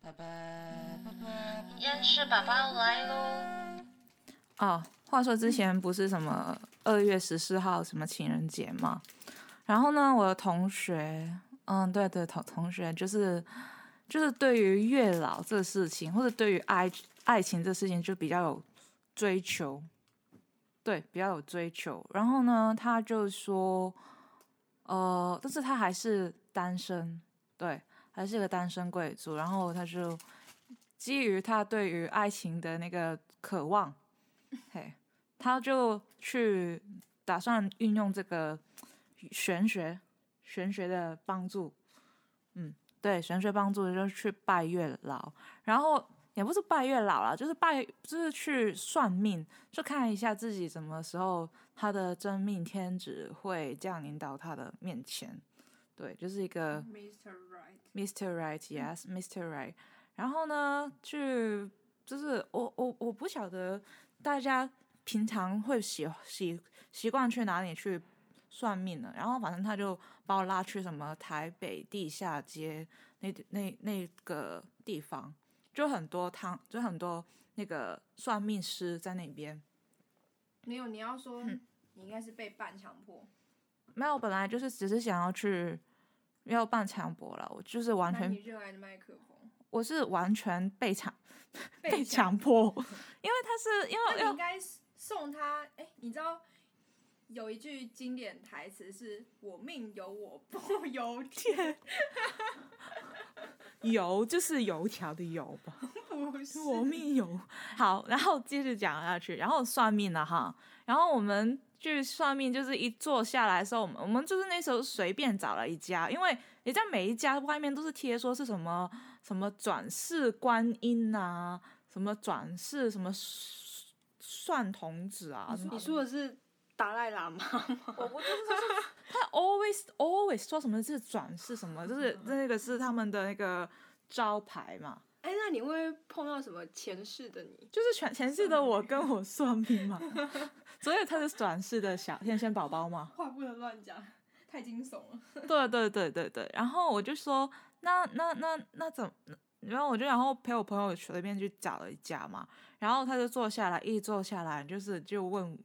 拜拜。厌世宝宝来喽！哦，话说之前不是什么二月十四号什么情人节嘛，然后呢，我的同学，嗯，对对，同同学就是就是对于月老这事情，或者对于爱爱情这事情，就比较有追求，对，比较有追求。然后呢，他就说，呃，但是他还是单身，对，还是个单身贵族。然后他就基于他对于爱情的那个渴望。嘿，他就去打算运用这个玄学，玄学的帮助，嗯，对，玄学帮助就是去拜月老，然后也不是拜月老啦，就是拜，就是去算命，就看一下自己什么时候他的真命天子会降临到他的面前，对，就是一个 Mr. Right， Mr. 嗯 Right，yes，Mr. Right。然后呢，去就是我我我不晓得大家平常会喜喜习惯去哪里去算命呢？然后反正他就把我拉去什么台北地下街那那那个地方，就很多汤，就很多那个算命师在那边。没有，你要说你应该是被半强迫，没有，本来就是只是想要去要办强博了，我就是完那全你热爱的麦克风，我是完全被强被被强迫， 因为他是因那为你要应该送他。哎、你知道有一句经典台词是“我命由我不由天油就是油条的油 吧，”，不 是我命油。好，然后接着讲下去，然后算命了哈，然后我们去算命，就是一坐下来的时候，我们我们就是那时候随便找了一家，因为人家每一家外面都是贴说是什么什么转世观音啊，什么转世什么蒜童子啊，什么你说的是达赖喇 嘛吗？我不就是就是他 always always 说什么是转世什么，就是那个是他们的那个招牌嘛，哎，那你会碰到什么前世的你？就是全前世的我跟我算命嘛，所以他是转世的小天仙宝宝嘛，话不能乱讲，太惊悚了。对对对对对，然后我就说那那那那怎么？然后我就然后陪我朋友随便去找了一家嘛，然后他就坐下来，一坐下来就是就问，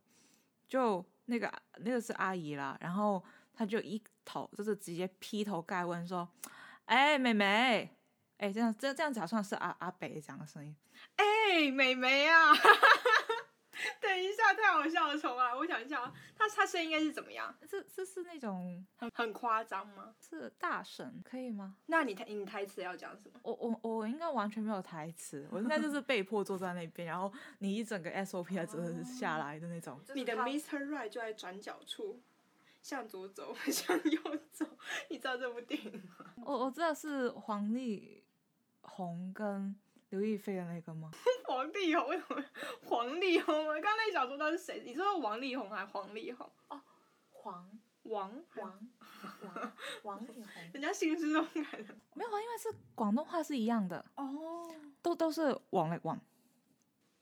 就那个那个是阿姨啦，然后他就一头就是直接劈头盖问说：“哎，妹妹，哎，这样这这样子好像是阿阿北讲的声音，哎，美眉 啊！等一下，太好笑了，重来。我想一下啊，她她声音应该是怎么样？这这是那种很很夸张吗？是大神可以吗？那你台你台词要讲什么？我我我应该完全没有台词，我应该就是被迫坐在那边，然后你一整个 SOP 才只是下来的那种。你的 Mr. Right 就在转角处，向左走，向右走。你知道这部电影 吗？我我知道是黄丽红跟刘亦菲的那个吗？黄丽宏为什么？黄丽宏，我刚才想说他是谁？你说王力宏还是黄丽宏？黄王黄黄王力宏人家姓氏都改了。没有啊，因为是广东话是一样的，哦，都都是王力宏，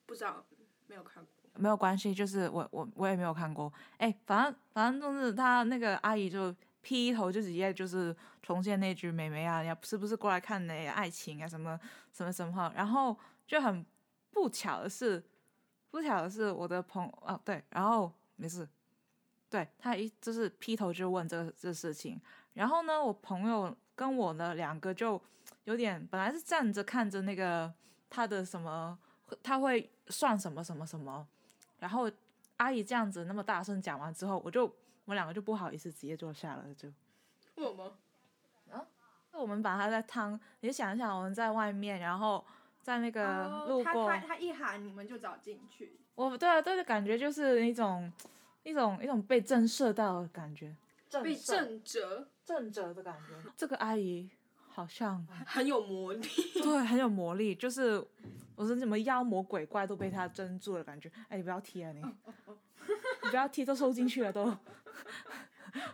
不知道，没有看过。没有关系，就是我我我也没有看过。哎，反正反正就是他那个阿姨就劈头就直接就是重现那句“妹妹啊，你是不是过来看你的爱情啊什么什么什么”，然后就很不巧的是，不巧的是我的朋啊对，然后没事，对他一就是劈头就问这个这事情，然后呢，我朋友跟我呢两个就有点本来是站着看着那个他的什么，他会算什么什么什么，然后阿姨这样子那么大声讲完之后，我就我们两个就不好意思直接坐下了，就为什么？我们把他在汤，你想一想我们在外面，然后在那啊哦个路他过，哦他他一喊你们就找进去，我对啊，对的感觉就是一种一种一种被震慑到的感觉，被震折，震着的感觉。这个阿姨好像很有魔力。对，很有魔力，就是我说什么妖魔鬼怪都被他镇住了感觉。哎，你不要踢啊你，你不要踢，都收进去了都。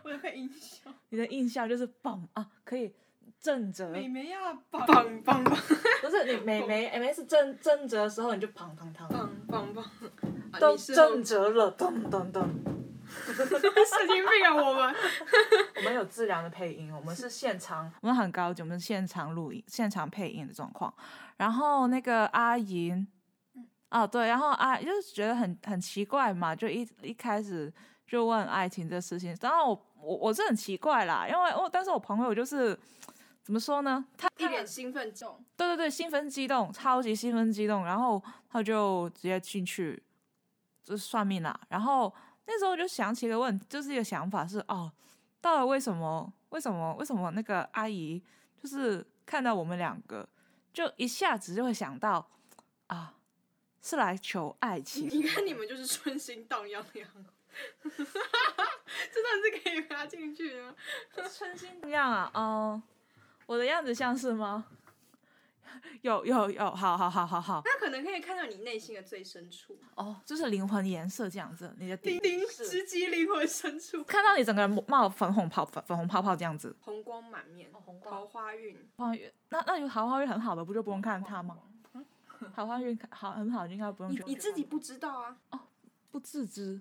我被影响。你的印象就是棒啊，可以正着，嗯美眉要绑棒棒棒不是你每每每每次正正着的时嗯候你就砰砰砰，棒棒棒！啊都你是后正着了，咚咚咚。神经病啊！我们我们有自然的配音，我们是现场，我们很高级，我们是现场录音、现场配音的状况。然后那个阿银，哦对，然后阿就是觉得很很奇怪嘛，就一一开始就问爱情这事情。当然我我我是很奇怪啦，因为我但是我朋友就是怎么说呢，他一脸兴奋重，对对对，兴奋激动，超级兴奋激动，然后他就直接进去，就是算命啦。然后那时候我就想起一个问，就是一个想法是，哦，到底为什么？为什么？为什么那个阿姨就是看到我们两个，就一下子就会想到啊，是来求爱情？ 你看你们就是春心荡漾的样子， 真的是可以拉进去啊！春心一样啊，嗯，我的样子像是吗？ 有有有，好好好好好，那可能可以看到你内心的最深处，哦，就是灵魂颜色这样子，你的底灵灵是直击灵魂深处，看到你整个人冒粉红泡粉粉红泡泡这样子，红光满面，红光桃花运。桃花运那那有桃花运很好的，不就不用看它吗？桃花运好很好，应该不用你去你自己不知道啊？不自知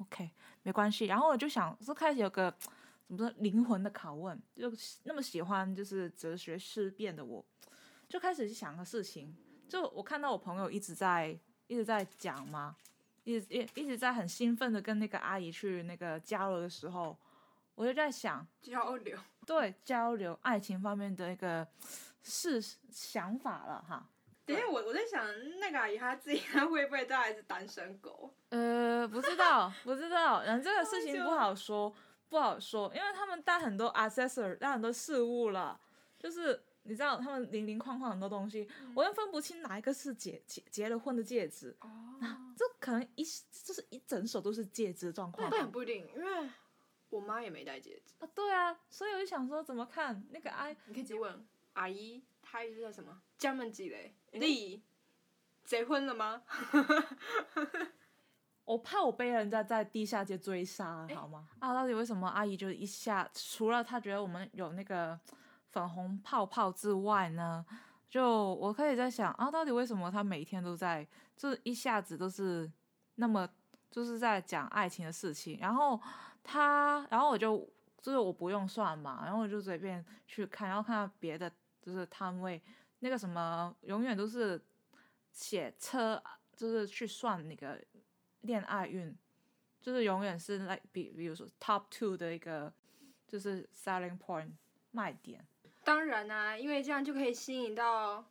，OK，没关系。然后我就想，就开始有个怎么说灵魂的拷问，就那么喜欢就是哲学思辨的我，就开始去想个事情。就我看到我朋友一直在一直在讲嘛，一直一一直在很兴奋的跟那个阿姨去那个交流的时候，我就在想，交流，对交流爱情方面的一个是想法了哈。等一下我我在想，那个阿姨她自己她会不会都还是单身狗？呃，不知道，不知道，然后这个事情不好说，不好说，因为他们带很多 accessory，带很多事物了，就是你知道他们零零框框很多东西，我又分不清哪一个是结结结了婚的戒指，哦，这可能一就是一整手都是戒指的状况 那也不一定，因为我妈也没戴戒指。啊，对啊，所以我就想说怎么看那个哎，你可以直接问阿姨，她又是叫什么？江门几嘞？丽，结婚了吗？我怕我被人家在地下街追杀，好吗？啊，到底为什么阿姨就一下，除了她觉得我们有那个粉红泡泡之外呢？就我可以在想啊，到底为什么她每天都在，就是一下子都是那么，就是在讲爱情的事情。然后她，然后我就就是我不用算嘛，然后我就随便去看，然后看到别的就是摊位，那个什么永远都是写车，就是去算那个恋爱运，就是永远是 like 比比如说 top two 的一个就是 selling point 卖点。当然啦、因为这样就可以吸引到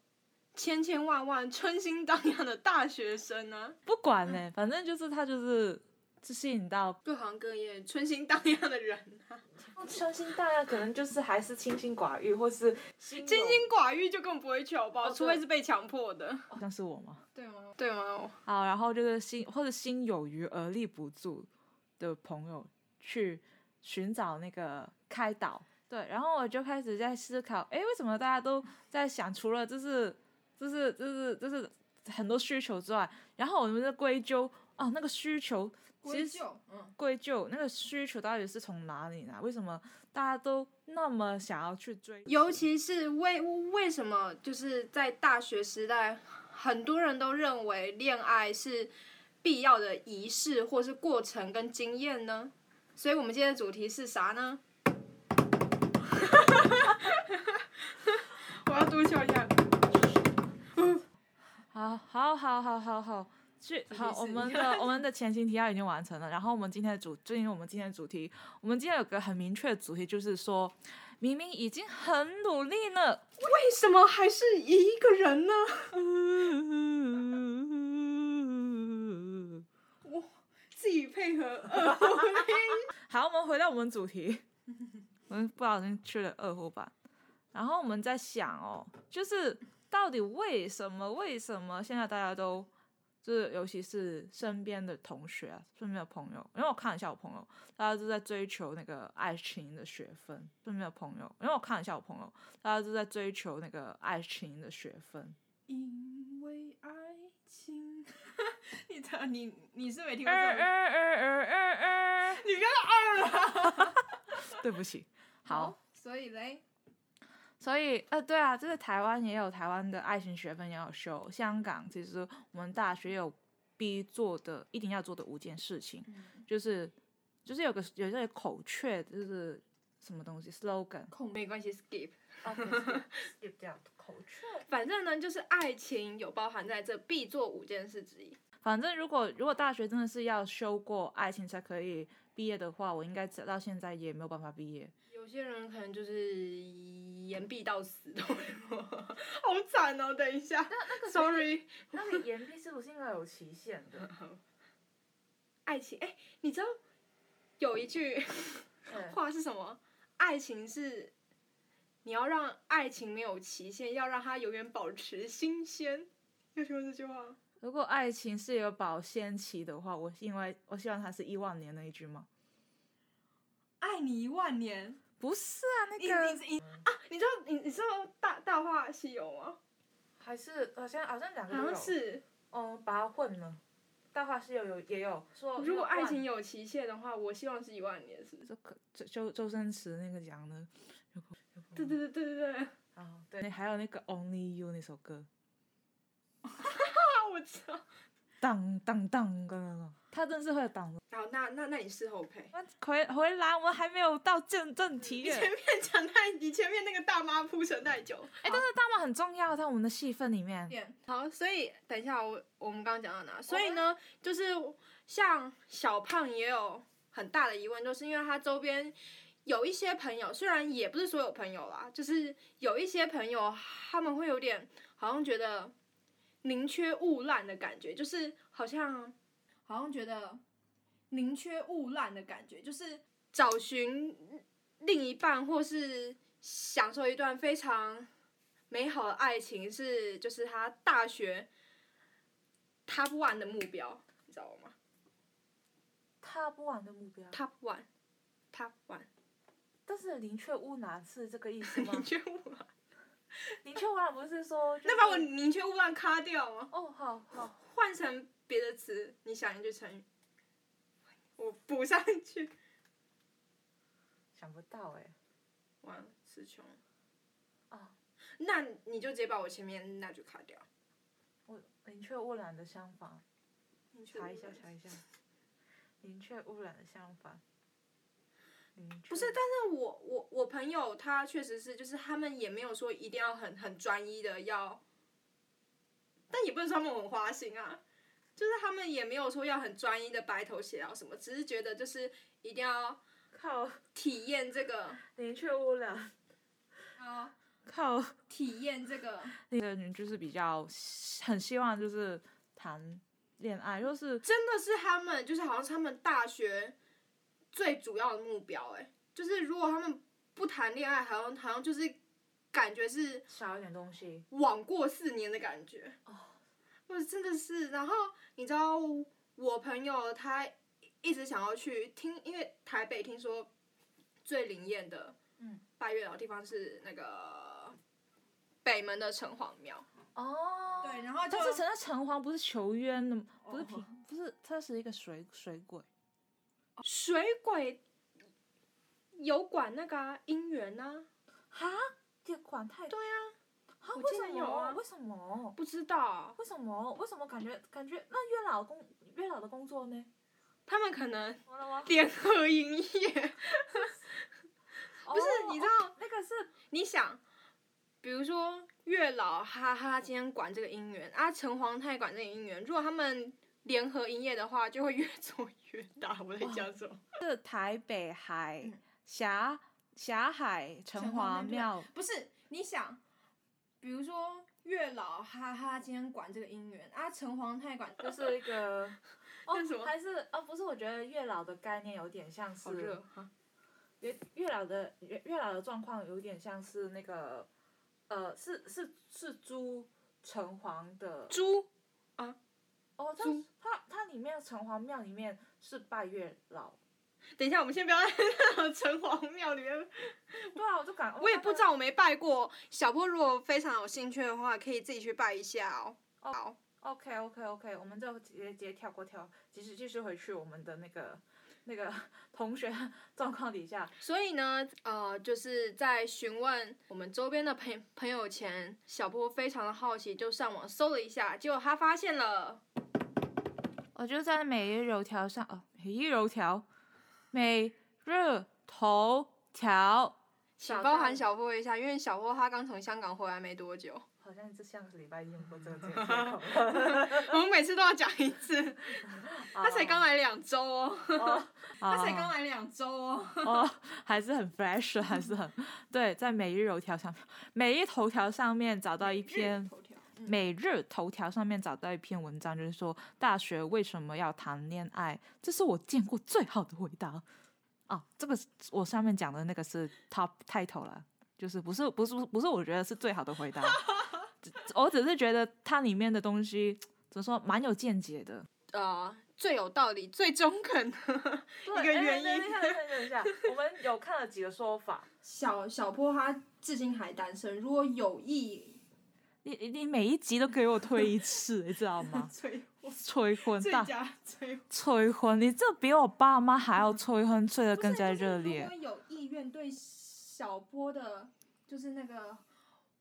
千千万万春心荡漾的大学生啊呢、不管呢、反正就是他就是就吸引到各行各业春心荡漾的人啊，相信哦大家可能就是还是清心寡欲，或是清清心 寡欲就更不会去好不好？对除非是被强迫的，像是我吗？对吗？哦对哦吗？好，然后就是心或者心有余而力不足的朋友去寻找那个开导。对，然后我就开始在思考，诶，为什么大家都在想，除了就是就是就是就是很多需求之外，然后我们在归咎哦，那个需求归其实咎，嗯，归咎那个需求到底是从哪里来？为什么大家都那么想要去追？尤其是为为什么就是在大学时代，很多人都认为恋爱是必要的仪式或是过程跟经验呢？所以我们今天的主题是啥呢？ 我要多笑一下。好，好，好，好，好，好，去好，我是们的我们的前情提要已经完成了，然后我们今天的主，进入我们今天的主题，我们今天有个很明确的主题，就是说明明已经很努力了，为什么还是一个人呢？自己配合二胡好，我们回到我们主题，我们不小心去了二胡版，然后我们在想哦，就是到底为什么为什么现在大家都就是尤其是身边的同学啊，身边的朋友，因为我看了一下我朋友，大家都在追求那个爱情的学分，身边的朋友，因为我看了一下我朋友，大家都在追求那个爱情的学分，因为爱情， 你的你你是没听呃过这呃种呃呃呃呃，你不要二 了，对不起，好。，所以嘞，所以，呃，对啊，就是台湾也有台湾的爱情学分也有修，香港其嗯实我们大学也有必做的一定要做的五件事情，就是就是有个有一个口诀，就是什么东西 slogan，没关系，skip。就这样口诀。反正呢，就是爱情有包含在这必做五件事之一。反正如果如果大学真的是要修过爱情才可以毕业的话，我应该直到现在也没有办法毕业。有些人可能就是延毕到死都没有，好惨哦！等一下，sorry，那你延毕是不是应该有期限的？爱情，哎、你知道有一句话是什么？爱情是你要让爱情没有期限，要让它永远保持新鲜。有听过这句话吗？如果爱情是有保鲜期的话，我因为我希望它是一万年那一句吗？爱你一万年，不是啊，那你个你你你知道你你知道大大话西游吗？还是好像好像两好像是，哦，把它混了。大话西游有也有说如果爱情有期限的话，我希望是一万年，是不是？这个周周周星驰那个讲的对对对对对对，啊，对，还有那个 Only You 那首歌，啊，我知道。当当当的那个，他真是会当的。好，那那那你事后 赔。回回来，我们还没有到正正题耶。前面讲太，你前面那个大妈铺陈太久。哎，但是大妈很重要，在我们的戏份里面。点好，所以等一下我我们刚刚讲到哪？所以呢，就是像小胖也有很大的疑问，就是因为他周边有一些朋友，虽然也不是所有朋友啦，就是有一些朋友他们会有点好像觉得宁缺毋滥的感觉，就是好像好像觉得宁缺毋滥的感觉，就是找寻另一半或是享受一段非常美好的爱情是，就是他大学他不完的目标，你知道吗？踏不完的目标， Top One。Top One，但是宁缺毋滥是这个意思吗宁缺毋滥，宁缺毋滥不是说那把我宁缺毋滥卡掉吗？哦，好好，换成别的词，你想一句成语，我补上去。想不到哎。完了，词穷了。啊，哦那你就直接把我前面那句卡掉。我宁缺毋滥的相反，宁缺毋查滥一下查一下，宁缺毋滥的相反。宁缺不是，但是我我我朋友他确实是，就是他们也没有说一定要很很专一的要，但也不能说他们很花心啊，就是他们也没有说要很专一的白头偕老什么，只是觉得就是一定要靠体验这个，呃宁缺毋滥，要 靠体验这个那个人就是比较很希望就是谈恋爱，就是真的是他们就是好像是他们大学最主要的目标、欸，哎，就是如果他们不谈恋爱，好像好像就是感觉是少一点东西。往过四年的感觉。哦我真的是，然后你知道我朋友他一直想要去听，因为台北听说最灵验的嗯拜月老地方是那个北门的城隍庙。哦，对，然后就但是陈那城隍不是求冤的吗，不是哦平，不是，他是一个水水鬼。水鬼有管那个啊姻缘呐、哈，这管太对啊，哈我记得有啊为什么？不知道啊为什么？为什么感觉感觉那月老工月老的工作呢？他们可能完了吗？联合营业。不哦不是，哦你知道那个是你想，比如说月老哈哈今天管这个姻缘，啊城隍太管这个姻缘，如果他们联合营业的话，就会越做越大。我在讲什么？是台北海嗯峡峡海城城隍庙隍庙，不是你想，比如说月老哈哈今天管这个姻缘啊，城隍太管就是一 个那什哦，么还是哦，不是，我觉得月老的概念有点像好是热啊！月月老的月月老的状况有点像是那个呃，是是是猪城隍的猪哦，它猪它它里面城隍庙里面是拜月老，等一下，我们先不要在那个城隍庙里面。对啊，我就感我也不知道，我没拜过。小波如果非常有兴趣的话，可以自己去拜一下哦。哦好， OK OK OK，我们就直接直接跳过跳，继续继续回去我们的那个那个 同学状况底下，所以呢，呃，就是在询问我们周边的朋朋友前，小波非常的好奇，就上网搜了一下，结果他发现了。我就在每日油条上哦，每日油条每日头条。请包含小霍一下，因为小霍他刚从香港回来没多久，好像这上个礼拜用过这个 借哦口。 我们每次都要讲一 次。他才刚来两周哦，哦，他他才刚来两周哦，哦，还是很 fresh，还是很对，在每日头条上面，每日头条上面找到一篇，头条嗯每日头条上面找到一篇文章，就是说大学为什么要谈恋爱？这是我见过最好的回答。啊，这个是我上面讲的那个是 top title 了，就是不是不是不是，我觉得是最好的回答，只我只是觉得它里面的东西怎么说，蛮有见解的。呃，最有道理、最中 肯的一个哎原等一因。下，等一下等一下，我们有看了几个说法，小小坡他至今还单身，如果有意？你你每一集都给我推一次，你知道吗 催婚，催婚最大佳催婚催婚，你这比我爸妈还要催婚，催的更加热烈因。为有意愿对小坡的，就是那个，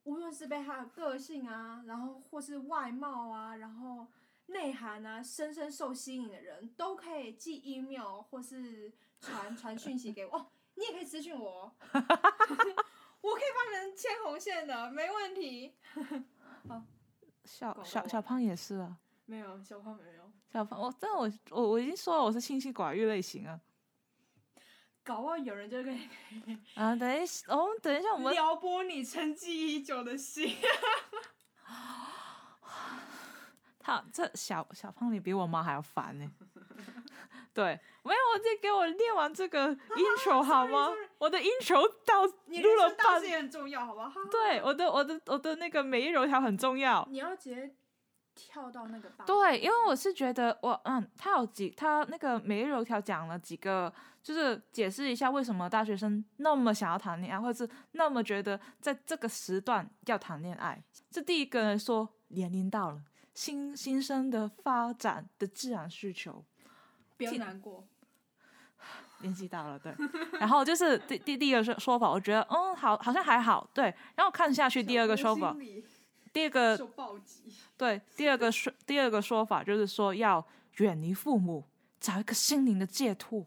无论是被他的个性啊，然后或是外貌啊，然后内涵啊，深深受吸引的人，都可以寄 email 或是传传讯息给我。哦，你也可以私讯我哦， 我可以帮人牵红线的，没问题。小狗小狗小胖也是啊，没有，小花没有，小胖，我但我我我已经说了我是清心寡欲类型啊。搞不好有人就可以啊，等一下，哦，等一下，我们撩拨你沉寂已久的心。他这小小胖，你比我妈还要烦呢、对，没有，我先给我念完这个 intro 好吗？我的 intro 到啊你录了人生道半歉，也很重要，好不好？对，我的我的我的那个每一柔条很重 要。你要直接跳到那个吧。对，因为我是觉得我嗯，他有几他那个每日油条讲了几个，就是解释一下为什么大学生那么想要谈恋爱，或者是那么觉得在这个时段要谈恋爱。这第一个人说年龄到了，新新生的发展的自然需求，不要这难过，年纪到了，对。然后就是第第第一个说说法，我觉得嗯好，好像还好，对。然后看下去第二个说法，呃第二个受暴击，对，第二个说第二个说法就是说要远离父母，找一个心灵的寄托。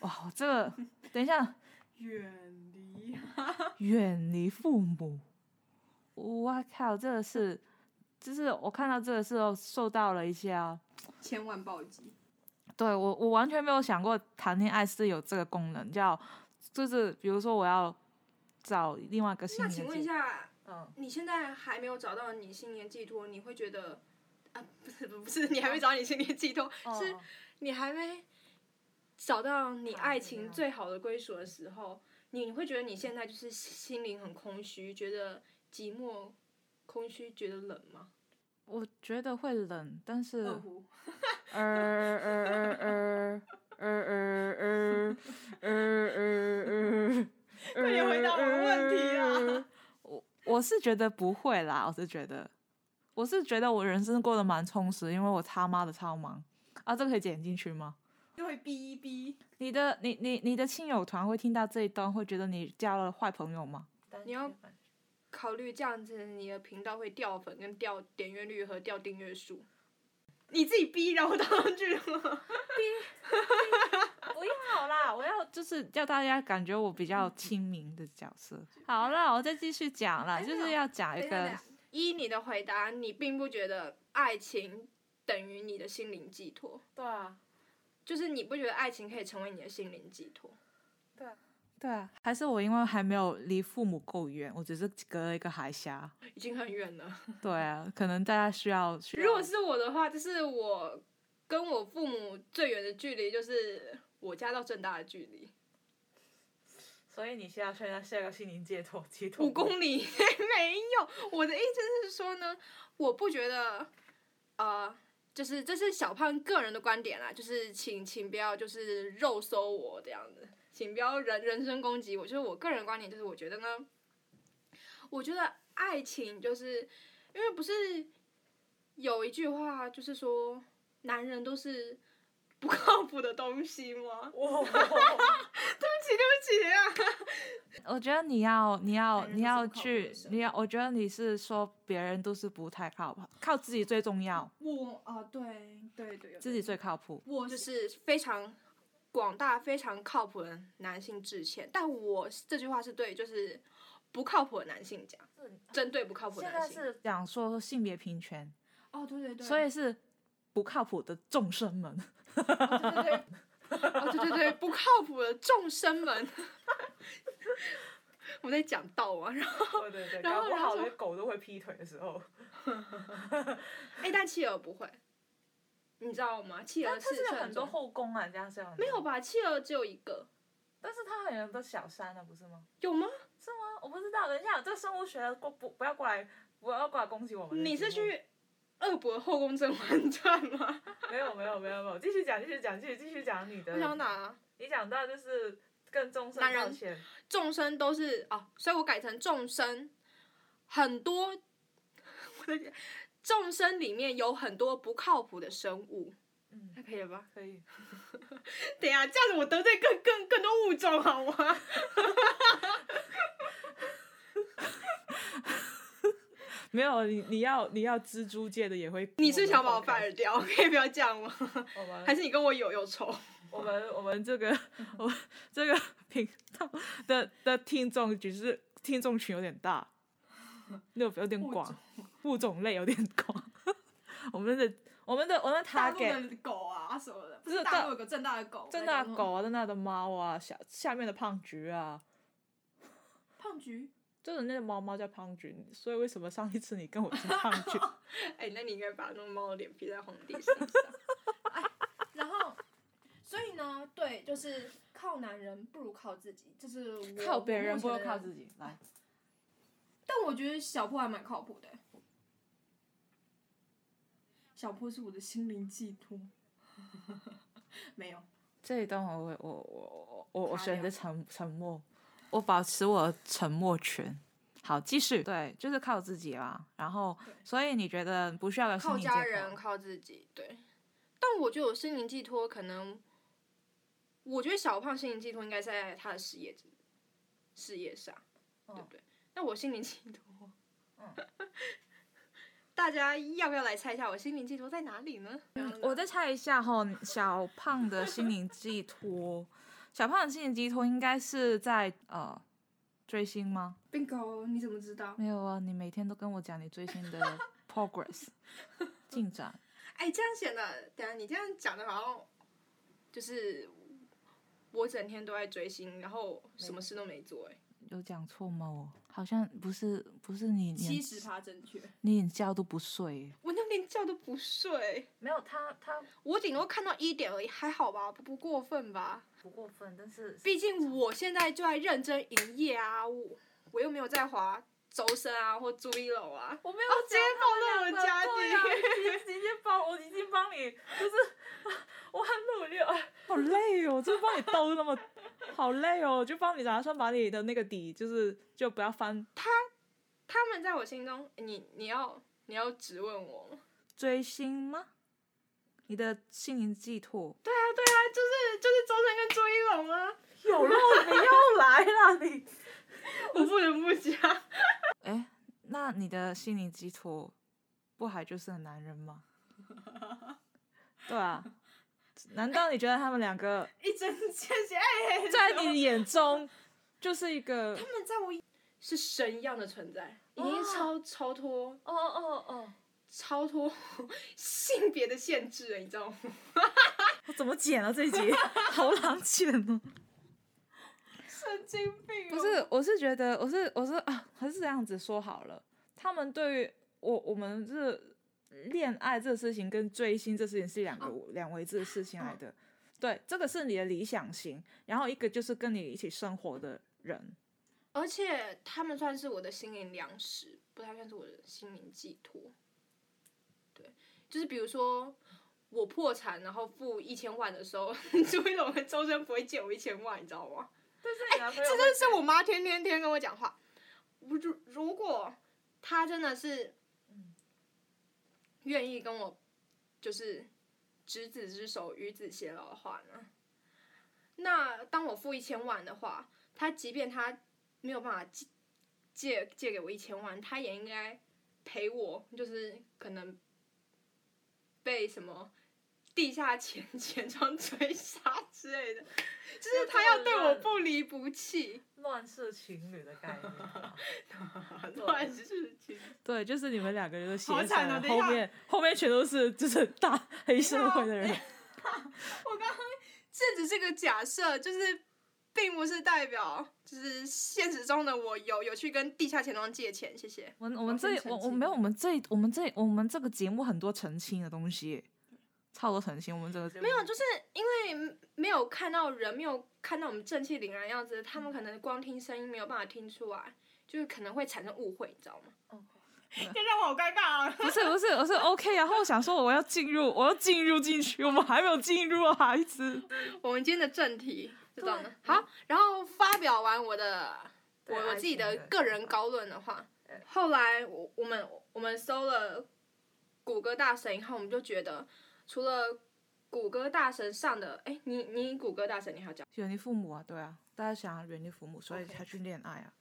哇，我这个等一下，远离。远离父母，我靠，这个是，就是我看到这个时候受到了一下，千万暴击，对我我完全没有想过谈恋爱是有这个功能，叫就是比如说我要找另外一个心那灵的请问寄一托，下，嗯，你现在还没有找到你心灵的寄托，你会觉得啊，不是不是， 你还没找到你心灵的寄托，是哦你还没找到你好爱怎情样最好的归属的时候，你你会觉得你现在就是心灵很空虚，觉得寂寞、空虚，觉得冷吗？我觉得会冷，但是。嗯二胡呃呃呃呃呃呃呃呃呃呃，快点回答我的问题啊！我我是觉得不会啦，我是觉得，我是觉得我人生过得蛮充实，因为我他妈的超忙啊！这个可以剪进去吗？又会逼一逼，你的你你你的亲友团会听到这一段，会觉得你交了坏朋友吗？ 你要考虑这样子，你的频道会掉粉、跟掉点阅率和掉订阅数。你自己逼然后当上去吗？不要啦，我要就是叫大家感觉我比较亲民的角色。好啦，我再继续讲啦，就是要讲一等一个下等一下依你的回答，你并不觉得爱情等于你的心灵寄托，对啊，就是你不觉得爱情可以成为你的心灵寄托？对啊，还是我因为还没有离父母够远，我只是隔了一个海 峡。已经很远了。对啊，可能大家需要需要。 如果是我的话，就是我跟我父母最远的距离就是我家到正大的距离，所以你需要去那下个心灵解脱解脱五公里 没有。我的意思是说呢，我不觉得，呃，就是这是小胖个人的观点啦，就是请请不要就是肉搜我这样子，请不要人人身攻击我。就是我个人观点，就是我觉得呢，我觉得爱情就是因为不是有一句话就是说男人都是不靠谱的东西吗？ 哇，对不起，对不起啊！我觉得你要你要男人你要都是不靠谱的去生你要，我觉得你是说别人都是不太靠谱，靠自己最重要，我啊，对对对，有自己最靠谱。我就是是非常广大、非常靠谱的男性致歉。但我这句话是对，就是不靠谱的男性讲，针对不靠谱的现男在性。是讲说性别平权，哦，对对对，所以是不靠谱的众生们。 哦对对 对，哦，对对对，不靠谱的众生们。 我在讲道啊，然后对对对，然搞后不然好后连狗都会劈腿的时候，哎，但企鹅不会，你知道吗？企鹅但啊是是有是很多重后宫啊，人家这样没有？吧？企鹅只有一个，但是它很多小三的，不是吗？有吗？是吗？我不知道，等一下这生物学的过不不要过来，不要过来攻击我们的节目。你是去恶博《后宫甄嬛传》吗？没有没有没有没有，继续讲继续讲继续继续讲你的。我想哪、啊？你讲到就是更重视男人道歉，众生都是哦，所以我改成众生，很多， 我的天众生里面有很多不靠谱的生物，嗯，还可以了吧？可以。等一下，这样子我得罪更更更多物种好吗？没有，你你要你要蜘蛛界的也会。 你是不是想把我 fire 掉？可以不要这样吗？ 我还们是你跟我有有仇？我们我我们们这个我们这个频道的的听众只是听众群有点大，有有点广，物种类有点广。 我们的我们的我们的大陆 target 的狗啊什么的，不是是大大陆有个正大的狗，真的狗啊，真的的猫啊，下下面的胖橘啊，胖橘，就是那个猫猫叫胖橘，所以为什么上一次你跟我说胖橘？哎、那你应该把那个猫的脸贴在皇帝身 上。哎然后。所以呢，对，就是靠男人不如靠自己，就是我靠别人不如靠己。自己，来，但我觉得小破还蛮靠谱的。小破是我的心灵寄托， 没有，这一段我会我我我我我擦选掉择沉沉默，我保持我的沉默权。好，继续。对，就是靠自己啦。然后，所以你觉得不需要有心靠理家借口人，靠自己，对。但我觉得我心灵寄托可能，我觉得小胖心灵寄托应该是在他的事业事业上，嗯对不对？那我心灵寄托，大家要不要来猜一下我心灵寄托在哪里呢？嗯我再猜一下哈，小胖的心灵寄托，小胖的心灵寄托应该是在呃追星吗？ bingo，你怎么知道？没有啊，你每天都跟我讲你追星 的 progress 进展。哎，这样显得，等一下你这样讲的好像就是我整天都在追星，然后什么事都没做、哎，有讲错吗？我好像不是，不是你七连十趴正确。你连觉都不睡，我那连觉都不睡。没有他他我顶多看到一点而已，还好吧，不不过分吧？不过分，但是毕竟我现在就在认真营业啊，我我又没有在划周深啊或朱一龙啊。我没有直接暴露我家底对啊你直接帮我已经帮你，就是我很努力，哎好累哦，就帮你兜那么，好累哦，就帮你打算把你的那个底，就是就不要翻他们在我心中，你你要你要质问我吗？追星吗？你的心灵寄托，对啊对啊，就是就是周深跟有肉你朱一龙啊，又来了 你。我不得不讲，哎，那你的心灵寄托不还就是很男人吗？对啊，难道你觉得他们两个一针见血，哎、在你眼中就是一个？他们在我是神一样的存在，已经超超脱哦哦哦，超脱 性别的限制了，你知道吗？我怎么剪啊了这一集？好狼剪哦！神经哦病、不，是，我是觉得，我是我是啊，还是这样子说好了。他们对于我我们是恋爱这事情跟追星这事情是两个、啊两回事的事情来的。对，这个是你的理想型，然后一个就是跟你一起生活的人。而且他们算是我的心灵粮食，不太算是我的心灵寄托。对，就是比如说我破产，然后付一千万的时候， 朱一龙跟周深不会借我一千万，你知道吗？这是你男朋友哎这真的是我妈天天天跟我讲话。我如如果她真的是嗯愿意跟我就是执子之手与子偕老的话呢，那当我付一千万的话，他即便他没有办法借借借给我一千万，他也应该赔我，就是可能被什么地下钱 钱庄追杀之类的，就是他要对我不离不弃，乱世情侣的概 念啊，乱世情。对，就是你们两个人的好协惨商哦啊，等后一下面后面全都是就是大黑社会的人。我刚刚这只是个假设，就是并不是代表，就是现实中的我有有去跟地下钱庄借钱，谢谢。我们我们我这很里我澄我清没有我们这我们这我们这个节目很多澄清的东西，超多澄清。我们这个节目没有，就是因为没有看到人，没有看到我们正气凛然的样子，他们可能光听声音没有办法听出来，就是可能会产生误会，你知道吗？这让我好尴尬啊！不是不是 我是 OK，然后我想说我要进入我要进入进去，我们还没有进入啊，孩子。我们今天的正题就这样的。好，然后发表完我的我嗯对我自己爱的情的嗯个人高论的话，后来我我们我们搜了谷歌大神以后，我们就觉得除了谷歌大神上的，哎，你你谷歌大神你还要讲？远离父母啊，对啊，大家想要远离父母，所以才去恋爱啊。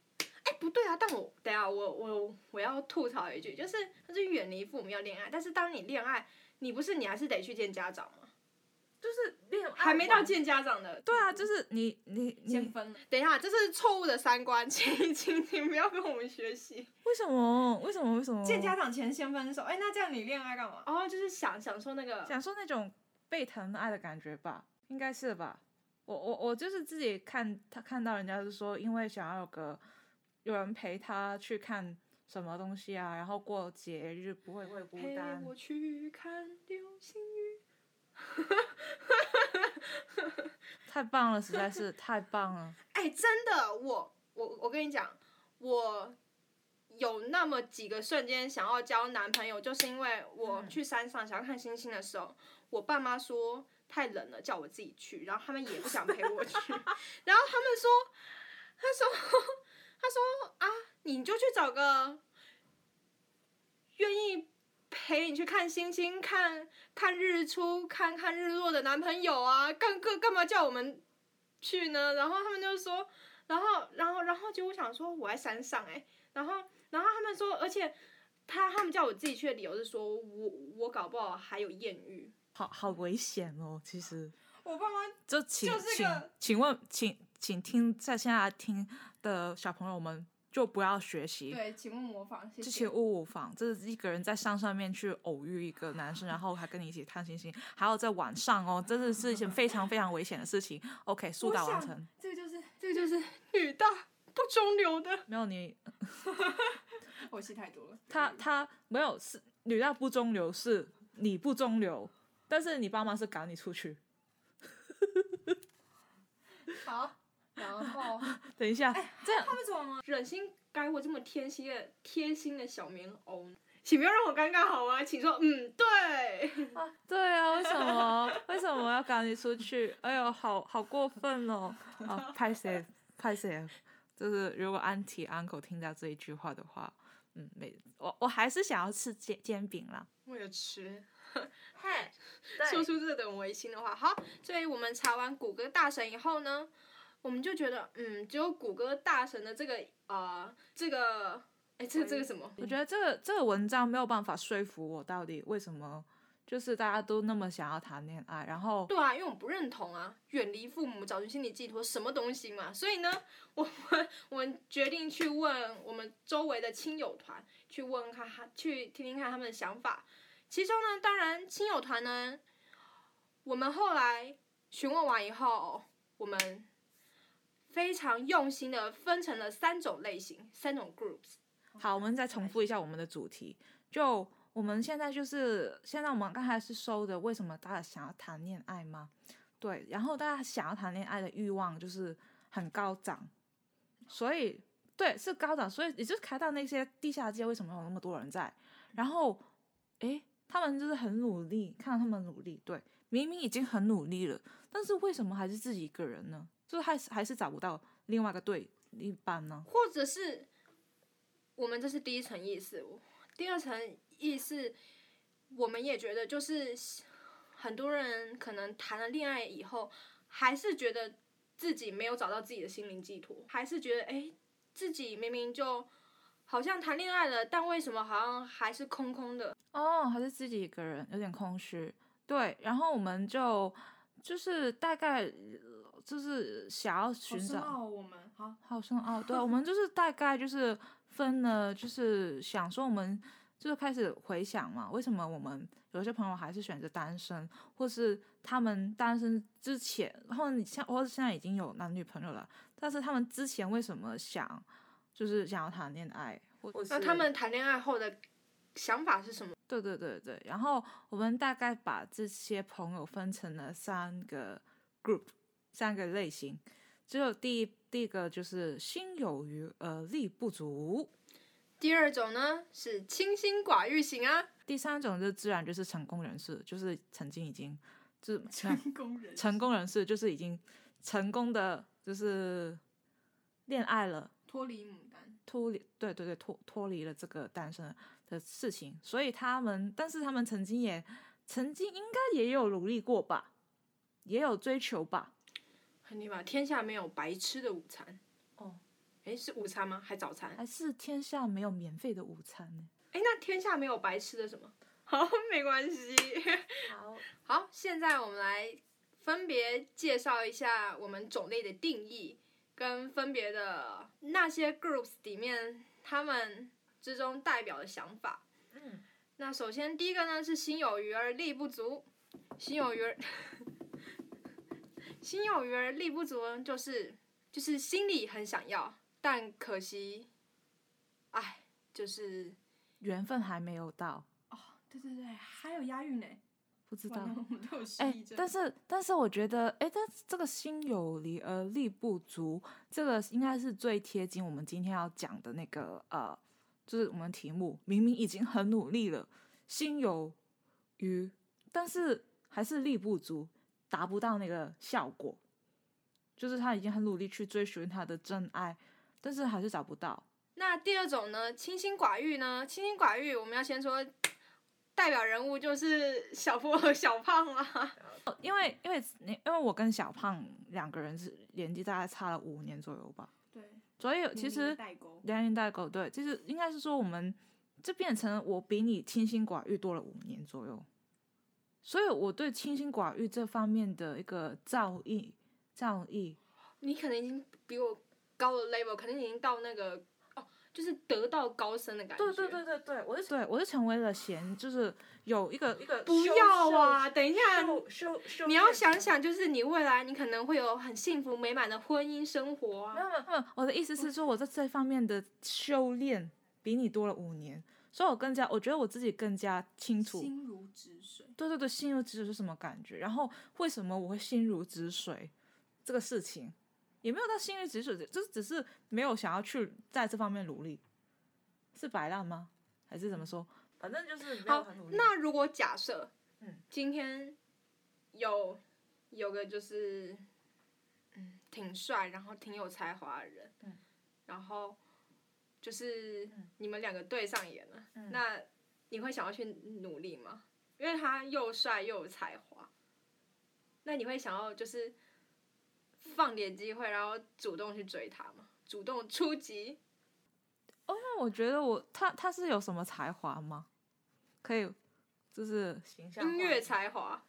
哎，不对啊！但我等一下我我我要吐槽一句，就是就是远离父母要恋爱，但是当你恋爱，你不是你还是得去见家长吗？就是恋爱还没到啊完见家长的，对啊，就是你你你先分了，等一下，这是错误的三观，请请请不要跟我们学习。为什么为什么为什么 见家长前先分手。哎，那这样你恋爱干嘛？哦，就是想享受那个，享受那种被疼爱的感觉吧，应该是吧。我我我就是自己看他看到人家是说，因为想要有个有人陪他去看什么东西啊，然后过节日不会会孤陪单。我去看流星雨。太棒了，实在是太棒了。哎，真的，我我我跟你讲，我有那么几个瞬间想要交男朋友，就是因为我去山上想要看星星的时候，我爸妈说太冷了，叫我自己去，然后他们也不想陪我去，然后他们说，他说他说啊，你就去找个愿意。陪你去看星星、看看日出、看看日落的男朋友啊，干干干嘛叫我们去呢？然后他们就说，然后然后然后结果我想说我在山上哎、然后然后他们说，而且他他们叫我自己去的理由是说我我搞不好还有艳遇，好好危险哦，其实我爸妈就请、就是请个请问请请听在现在听的小朋友们就不要学习，对，请勿模仿，谢之谢前。误访，这是一个人在山上面去偶遇一个男生，然后还跟你一起看星星，还要在晚上哦，真的是一件非常非常危险的事情。OK，速我打完想成。这个就是这个就是女大不中留的。没有你，我戏太多了。他他没有是女大不中留，是你不中留，但是你爸妈是赶你出去。好，然后等一下，哎这样他们怎么忍心该我这么贴心的贴心的小棉袄呢？请不要让我尴尬好吗？请说，嗯，对，对啊，为什么为什么要赶你出去？哎呦，好好过分哦！啊，拍谁拍谁？就是如果 auntie uncle 听到这一句话的话，嗯，没，我我还是想要吃煎煎饼啦。为了吃。嗨，对说出这等违心的话。好，所以我们查完谷歌大神以后呢，我们就觉得，嗯，只有谷歌大神的这个呃，这个，哎，这个这个什么？我觉得这个这个文章没有办法说服我到底为什么，就是大家都那么想要谈恋爱，然后对啊，因为我们不认同啊，远离父母，找寻心理寄托，什么东西嘛？所以呢，我们我们决定去问我们周围的亲友团，去问看他，去听听看他们的想法。其中呢，当然亲友团呢，我们后来询问完以后，我们非常用心的分成了三种类型，三种 groups。好，我们再重复一下我们的主题。就我们现在就是现在我们刚才是收的，为什么大家想要谈恋爱吗？对，然后大家想要谈恋爱的欲望就是很高涨，所以对是高涨，所以也就是看到那些地下街为什么有那么多人在，然后诶，他们就是很努力，看到他们努力，对，明明已经很努力了，但是为什么还是自己一个人呢？就是还是还是找不到另外一个对一半呢？或者是我们这是第一层意思，第二层意思，我们也觉得就是很多人可能谈了恋爱以后，还是觉得自己没有找到自己的心灵寄托，还是觉得哎，自己明明就好像谈恋爱了，但为什么好像还是空空的？哦，还是自己一个人，有点空虚。对，然后我们就就是大概呃就是想要 好寻深找，奥哦，我们好，好深奥。对，我 们就是大概就是分了，就是想说我们就是开始回想嘛，为什么我们有些朋友还是选择单身，或是他们单身之前，然后你像或者现在已经有男女朋友了，但是他们之前为什么想就是想要谈恋爱，或我那是他们谈恋爱后的想法是什么？对对对对，然后我们大概把这些朋友分成了三个 group，三个类型。只有第一第一个就是心有余而力不足，第二种呢是清心寡欲型啊，第三种就自然就是成功人士，就是曾经已经就是 成功人成功人士，就是已经成功的就是恋爱了。脱离牡丹，脱离，对对对，脱脱离了这个单身的事情，所以他们，但是他们曾经也，曾经应该也有努力过吧，也有追求吧，很尼玛，天下没有白吃的午餐。哦，哎，是午餐吗？还早餐？还是天下没有免费的午餐呢？哎，那天下没有白吃的什么？好，没关系。好，现在我们来分别介绍一下我们种类的定义，跟分别的那些 groups 里面他们之中代表的想法。嗯，那首先第一个呢是心有余而力不足，心有余而 心有余而力不足呢，就是就是心里很想要，但可惜，哎，就是。缘分还没有到，对对对，还有押韵呢，不知完道了。我们都有失哎忆，症。但是但是我觉得，哎，但是这个心有余而力不足，这个应该是最贴近我们今天要讲的那个呃，就是我们题目明明已经很努力了，心有余，但是还是力不足，达不到那个效果，就是他已经很努力去追寻他的真爱，但是还是找不到。那第二种呢，清心寡欲呢？清心寡欲，我们要先说代表人物就是小波和小胖啦。因为因为你因为我跟小胖两个人是年纪大概差了五年左右吧，对，所以其实明明代沟，连人带狗，对，就是应该是说我们这变成我比你清心寡欲多了五年左右，所以我对清心寡欲这方面的一个造诣，造诣， 你可能已经比我高的 level，可能已经到那个哦，就是得道高僧的感觉。对对对对对，我是对我是成为了贤，就是有一个一个不修要啊！等一下，修修修，你要想。想，就是你未来你可能会有很幸福美满的婚姻生活没啊。有没有，不，我的意思是说，我在这方面的修炼比你多了五年，所以我更加，我觉得我自己更加清楚，心如止水。对对对，心如止水是什么感觉？然后为什么我会心如止水这个事情，也没有到心如止水，就是只是没有想要去在这方面努力，是摆烂吗？还是怎么说？反正就是没有好很努，力。那如果假设，嗯今天有有个就是，嗯，挺帅，然后挺有才华的人，嗯然后就是嗯你们两个对上眼了，嗯那你会想要去努力吗？因为他又帅又有才华，那你会想要就是放点机会，然后主动去追他吗？主动出击？哦，那我觉得我他他是有什么才华吗？可以，就是形象化音乐才华？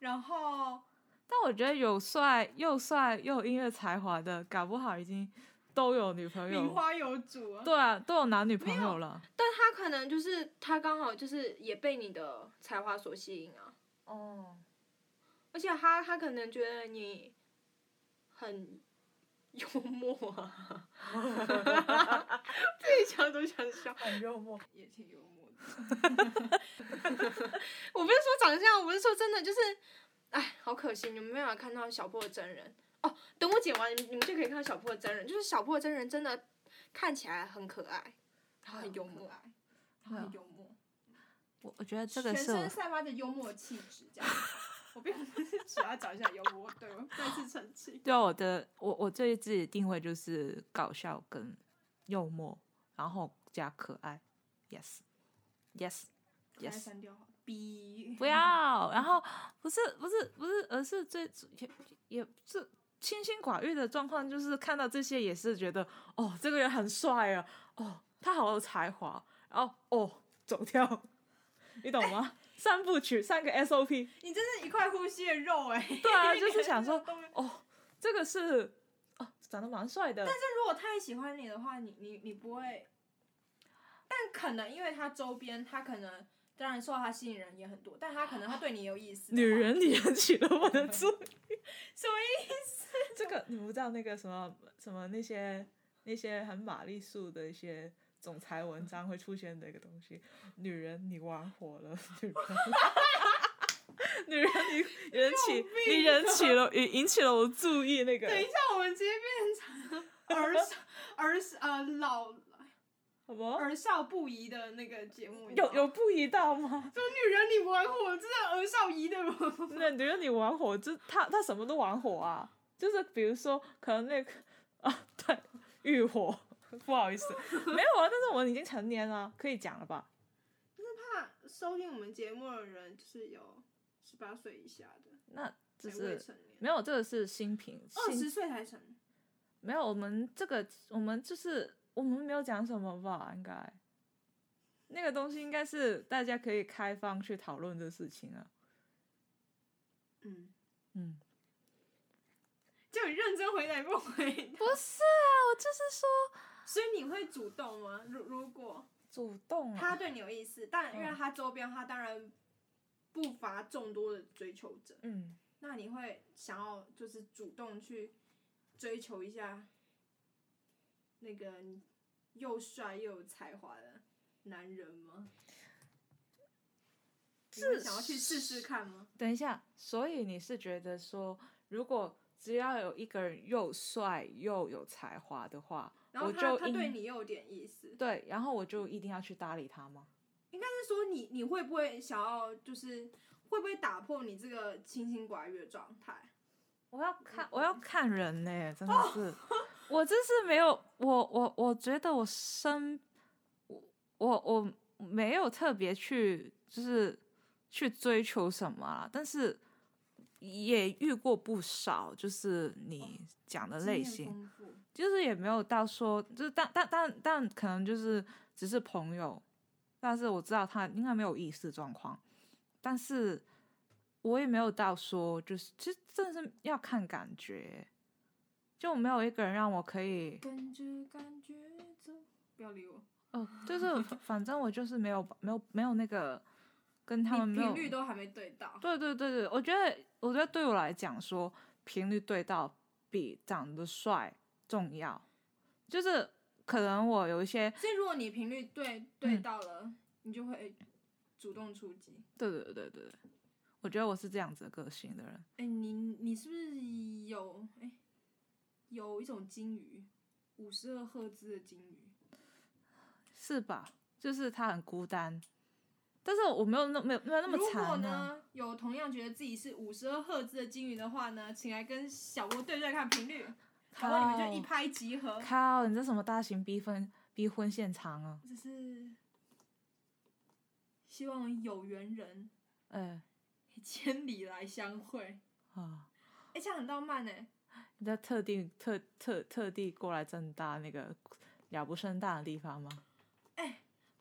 然后但我觉得有帅又帅又有音乐才华的，搞不好已经都有女朋名友，花有主啊，对啊，都有男女朋友了。但他可能就是他刚好就是也被你的才华所吸引啊，哦，而且他他可能觉得你很 幽默啊， 自己想都想笑。很幽默。也挺幽默的。我不是说长相，我是说真的，就是，哎，好可惜你们没有看到小破的真人哦。等我剪完，你们你们就可以看到小破的真人，就是小破的真人真的看起来很可爱，然后很幽默啊可。爱，然后很幽默，我我觉得啊这个全是我身散发着幽默气质，这样。我并 不是只要找一下幽默，对，我再次澄清。对啊我的，我我对自己的定位就是搞笑跟幽默，然后加可爱，yes yes 来 yes，删掉好了，逼。不要，然后不是不是不是，而是最也也这清心寡欲的状况，就是看到这些也是觉得，哦，这个人很帅啊，哦，他好有才华，然后哦，走掉，你懂吗？三部曲，三个 SOP，你真是一块呼吸的肉哎、对啊，就是想说这个东西，哦，这个是，哦，长得蛮帅的，但如果他也喜欢你的话，你你你不会，但可能因为他周边，他可能当然受到他吸引人也很多，但他可能他对你有意思的话。女人你引起了我的注意。什么意这个你不知道那个什么什么那些那些很玛丽苏的一些总裁文章会出现的一个东西，女人你玩火了， 女人。女人你引 起你引起啊了引引起了我注意那个，等一下，我们直接变成 儿少儿少呃老什么儿少不宜的那个节目。你知道有吗有不一道吗？说女人你玩火，真的儿少宜的吗？那女人你玩火，这他他什么都玩火啊，就是比如说可能那个啊对欲火，不好意思，没有啊，但是我们已经成年了，可以讲了吧？那收听我们节目的人就是有十八岁以下的，那就还未是成年，没有，这个哦是新品。二新十岁才成年。没有，我们这个我们就是我们没有讲什么吧？应该那个东西应该是大家可以开放去讨论的事情啊。嗯，嗯，就你认真回答，你不回答。不是啊，我就是说所以你会主动吗？如如果主动他啊，对你有意思，但因嗯为他周边他当然不乏众多的追求者，嗯，那你会想要就是主动去追求一下那个你又帅又有才华的男人吗？你会想要去试试看吗？等一下，所以你是觉得说，如果只要有一个人又帅又有才华的话，然后我他就他应对你又有点意思，对，然后我就一定要去搭理他吗？但是说你你会不会想要就是会不会打破你这个清心寡欲的状态？我要看，哦我要看人呢、真的是，我真是没有，我我我觉得我身，我我我没有特别去，就是去追求什么啊，但是也遇过不少，就是你讲的类经验型，丰富就是也没有到说，就是但但但但可能就是只是朋友，但是我知道他应该没有意识状况，但是我也没有到说就是，其实真的是要看感觉，就没有一个人让我可 以，感觉感觉走，不要理我。哦，就是反正我就是没有没有没有那个跟他们你没有频率都还没对到，对对对对，我觉得我觉得对我来讲说，频率对到比长得帅重要，就是可能我有一些所以如果你频率对对嗯到了，你就会主动出击。对对对对对，我觉得我是这样子的个性的人，哎、你你是不是有哎、有一种金鱼，五十二赫兹的金鱼？是吧？就是他很孤单，但是我没有那没有没有那么如果惨啊。呢有同样觉得自己是五十二赫兹的金鱼的话呢，请来跟小郭对对看频率，然后你们就一拍即合。靠，你这什么大型逼婚逼婚现场啊？就是希望有缘人哎千里来相会。啊，哎、这样很浪漫呢、你在特地特特特地过来正大那个鸟不生蛋的地方吗？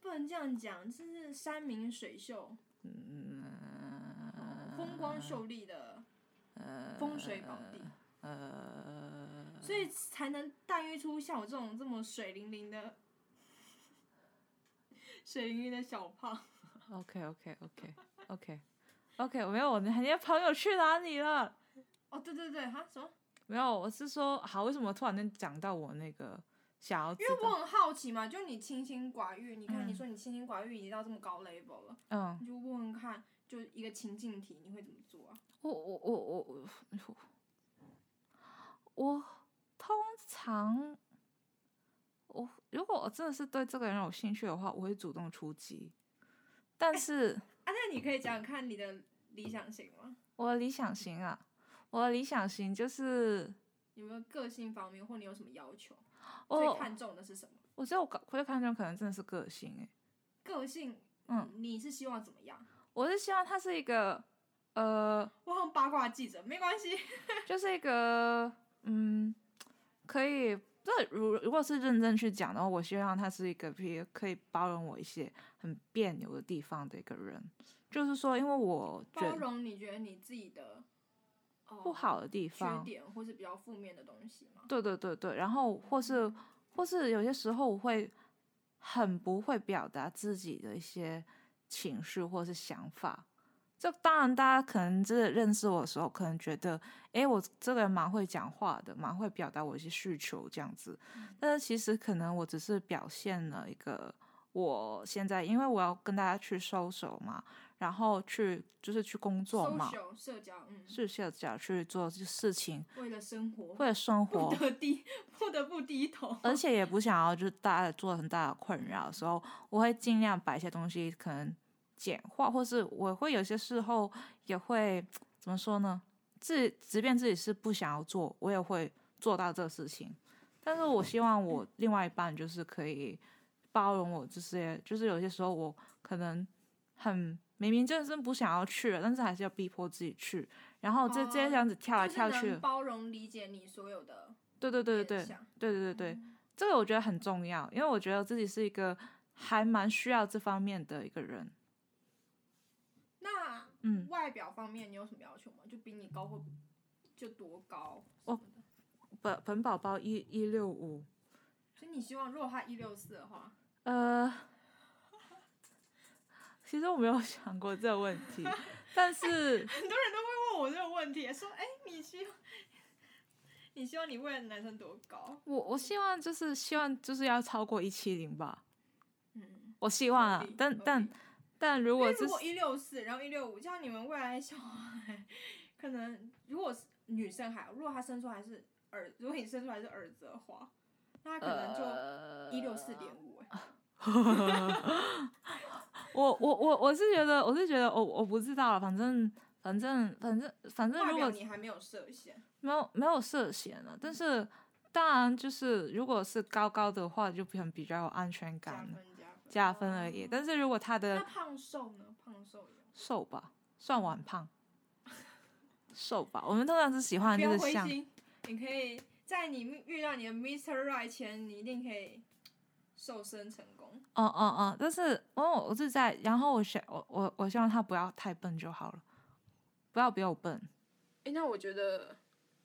不能这样讲，这是山明水秀、嗯，风光秀丽的呃风水宝地，呃，所以才能诞育出像我这种这么水灵灵的、水灵灵的小胖。 OK OK OK OK OK，没有，我那你的朋友去哪里了？哦，对对对，哈什么？没有，我是说，好，为什么突然间讲到我那个想要知因为我道？很好奇嘛，就你清心寡欲，你看嗯你说你清心寡欲已经到这么高 level 了，嗯，你就问问看，就一个情境题，你会怎么做啊？我我我我我我通常我如果我真的是对这个人有兴趣的话，我会主动出击。但是啊，那你可以讲讲看你的理想型吗？我的理想型啊，我的理想型就是有没有个性方面，或你有什么要求？最我，看重的是什么？我觉得我搞我最看重可能真的是个性欸诶、个性，嗯，你是希望怎么样？我是希望他是一个呃，我好像八卦记者，没关系。就是一个嗯，可以。这如如果是认真去讲的话，我希望他是一个比可以包容我一些很别扭的地方的一个人。就是说，因为我觉包得容你觉得你自己的、呃不好的地缺方，点或是比较负面的东西吗？对对对对，然后或是或是有些时候我会很不会表达自己的一些情绪或是想法。这当然，大家可能真的认识我的时候，可能觉得，诶，我这个人蛮会讲话的，蛮会表达我一些需求这样子。但是其实可能我只是表现了一个我现在，因为我要跟大家去收手嘛，然后去就是去工作嘛， social 社交，嗯，是社交去做事情，为了生活，为了生 活，不得低，不得不低头。而且也不想要就是大家做很大的困扰的时候，我会尽量把一些东西可能简化，或是我会有些时候也会怎么说呢？自即便自己是不想要做，我也会做到这个事情。但是我希望我另外一半就是可以包容我这些，就是有些时候我可能很明明就是不想要去了，但是还是要逼迫自己去，然后这这哦样子跳来就是啊跳能去，包容理解你所有的对对对对对面。向。对对对对，这个我觉得很重要，因为我觉得自己是一个还蛮需要这方面的一个人。那嗯，外表方面你有什么要求吗？就比你高或就多高？哦，本本宝宝一一六五，所以你希望如果他一六四的话，呃，其实我没有想过这个问题，但 是很多人都会问我这个问题，说：“哎、你希望 你希望你未来的男生多高我我希望就是希望就是要超过一七零吧，？”嗯，我希望合啊理，但合但理但如因果为是如果一六四，然后一六五，这样你们未来的小孩可能如果是女生还好，如果她生出来是儿，如果你生出来是儿子的话，那她可能呃就一六四点五。哎我我我我是觉得我是觉得我我不知道了，啊反正反正反正反正外如表果你还没有设限，没有没有涉嫌了，但是当然就是如果是高高的话，就比比较有安全加感了，分加分加分哦而已。但是如果他那的胖瘦呢？胖瘦有瘦吧，算我很胖，瘦吧，我们通常是喜欢不就要是灰像心，你可以在你遇到你的 Mr. Right 前，你一定可以瘦身成功。嗯嗯嗯，但是哦，我是在，然后我想我我我希望他不要太笨就好了，不要比我笨。哎、那我觉得，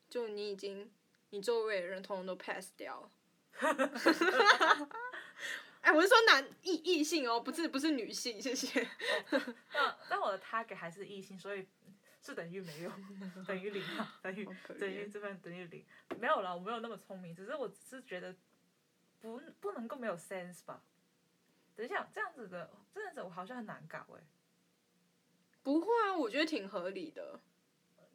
就你已经，你周围的人通通都 pass 掉了。哎、我是说男异异性哦，不是不是女性，谢谢。那但我的 target 还是异性，所以是等于没有，等于零啊，等于好可等于怜这边等于零，没有啦，我没有那么聪明，只是我只是觉得不不能够没有 sense 吧。等一下，这样子的，这样子我好像很难搞哎、不会啊，我觉得挺合理的。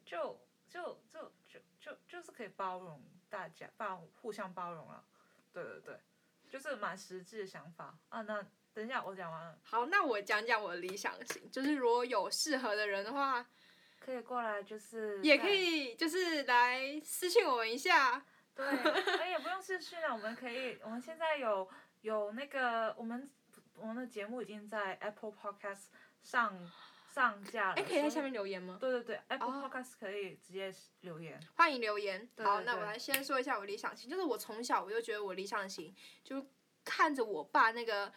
就就就就就就是可以包容大家，包容互相包容了。对对对，就是蛮实际的想法啊。那等一下我讲完了，好，那我讲讲我的理想型，就是如果有适合的人的话，可以过来就是也在可以就是来私信我们一下。对，哎也不用试训了，我们可以，我们现在有有那个我们我们的节目已经在 Apple Podcast 上上架了，哎、可以在下所面留言吗？对对对，Apple 哦 Podcast 可以直接留 言。欢迎留言。对好，对那我对来先说一下我理想型，就是我从小我就觉得我理想型，就是看着我爸那个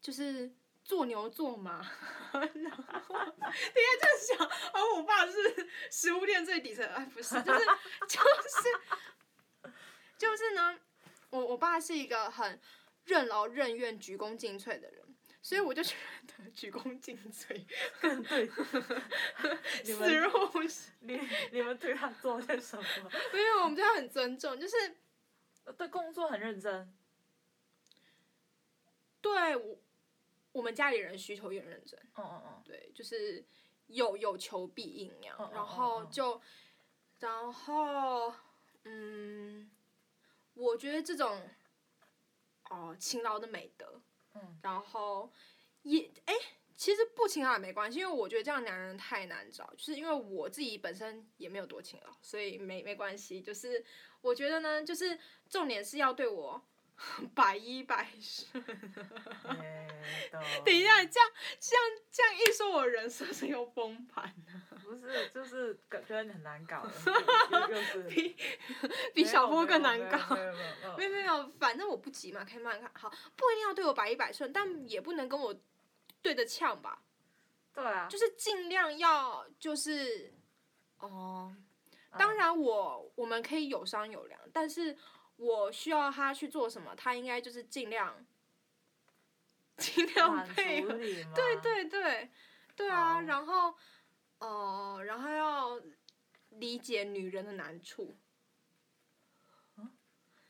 就是做牛做马， 然后等一下就想，哦，我爸是食物链最底层，哎，不是，就是就是就是呢，我我爸是一个很任劳任怨、鞠躬尽瘁的人。所以我就觉得 鞠躬尽瘁，对，你死们 若无息。你你们对他做些什 么？没有，我们对他很尊重，就是对工作很认真，对我我们家里人需求也认真，哦哦对，就是有有求必应那样，嗯嗯然嗯后嗯就然后嗯，我觉得这种哦勤劳的美德，嗯然后也哎。其实不勤劳也没关系，因为我觉得这样男人太难找，就是因为我自己本身也没有多勤劳，所以没没关系。就是我觉得呢，就是重点是要对我 百依百顺，哦， 哎 等一，下，这样这样这样一说，我人设是又崩盘了。不是，就是感觉很难搞 的，又又是比比小波更难搞。没有没有没有没没有 有没有没有，反正我不急嘛，可以慢慢看。好，不一定要对我百依百顺，但也不能跟我对着呛吧，对啊，就是尽量要就是，哦、当然我我们可以有商有量，但是我需要他去做什么，他应该就是尽量尽量满配合足。你嘛，对对对，对啊，啊好然后哦、然后要理解女人的难处，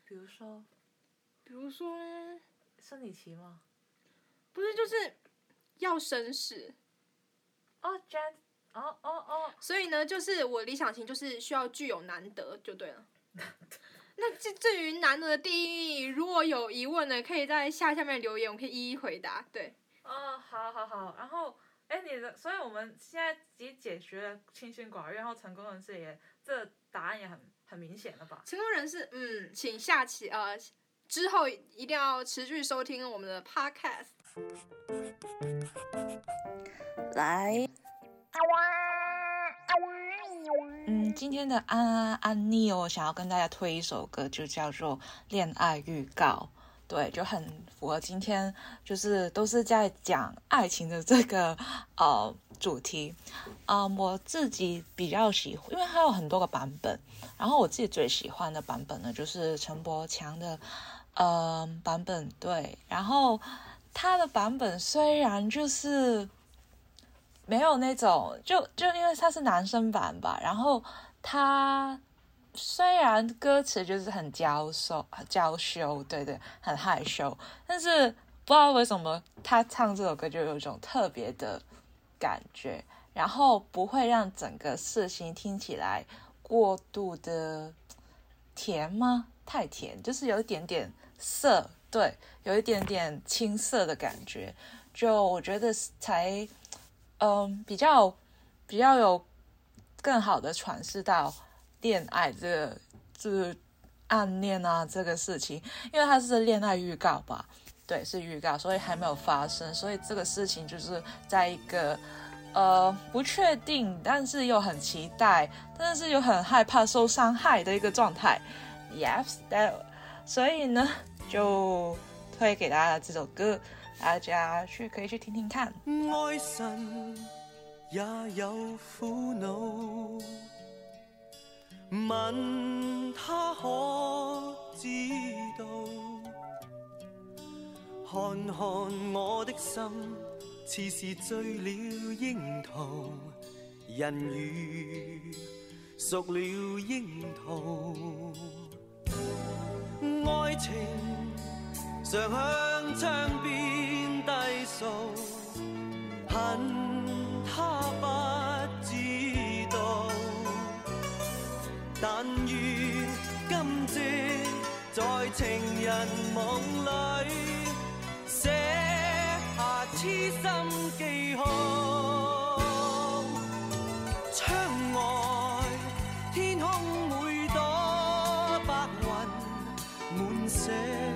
比如说比如说，生理期吗？不是就是要绅士，哦，Jan，哦哦哦，所以呢，就是我理想型就是需要具有难得就对了。那至至于难得的定义，如果有疑问的，可以在下下面留言，我可以一一回答。对，哦，好好好，然后。哎，你的，所以我们现在已经解决了清心寡欲，然后成功人士也，这答案也很很明显了吧？成功人士，嗯，请下期呃之后一定要持续收听我们的 podcast。来，嗯，今天的安安安妮，我想要跟大家推一首歌，就叫做《恋爱预告》。对，就很符合今天，就是都是在讲爱情的这个呃主题。嗯、我自己比较喜欢，因为它有很多个版本，然后我自己最喜欢的版本呢，就是陈柏强的呃版本。对，然后他的版本虽然就是没有那种，就就因为他是男生版吧，然后他虽然歌词就是很娇羞，娇啊羞，对对，很害羞，但是不知道为什么他唱这首歌就有一种特别的感觉，然后不会让整个事情听起来过度的甜吗？太甜，就是有一点点涩，对，有一点点青涩的感觉，就我觉得是才。嗯，比较比较有更好的阐释到恋爱这个这个暗恋啊这个事情，因为它是恋爱预告吧，对，是预告，所以还没有发生，所以这个事情就是在一个呃不确定，但是又很期待，但是又很害怕受伤害的一个状态，yes，that，所以呢就推给大家这首歌，大家去可以去听听看。爱神也有苦恼，问他可知道？看看我的心，似是醉了樱桃，人如熟了樱桃，爱情常向窗邊低訴。恨他不知道，但愿今夕在情人夢裏寫下痴心記號。窗外天空每朵白雲滿寫。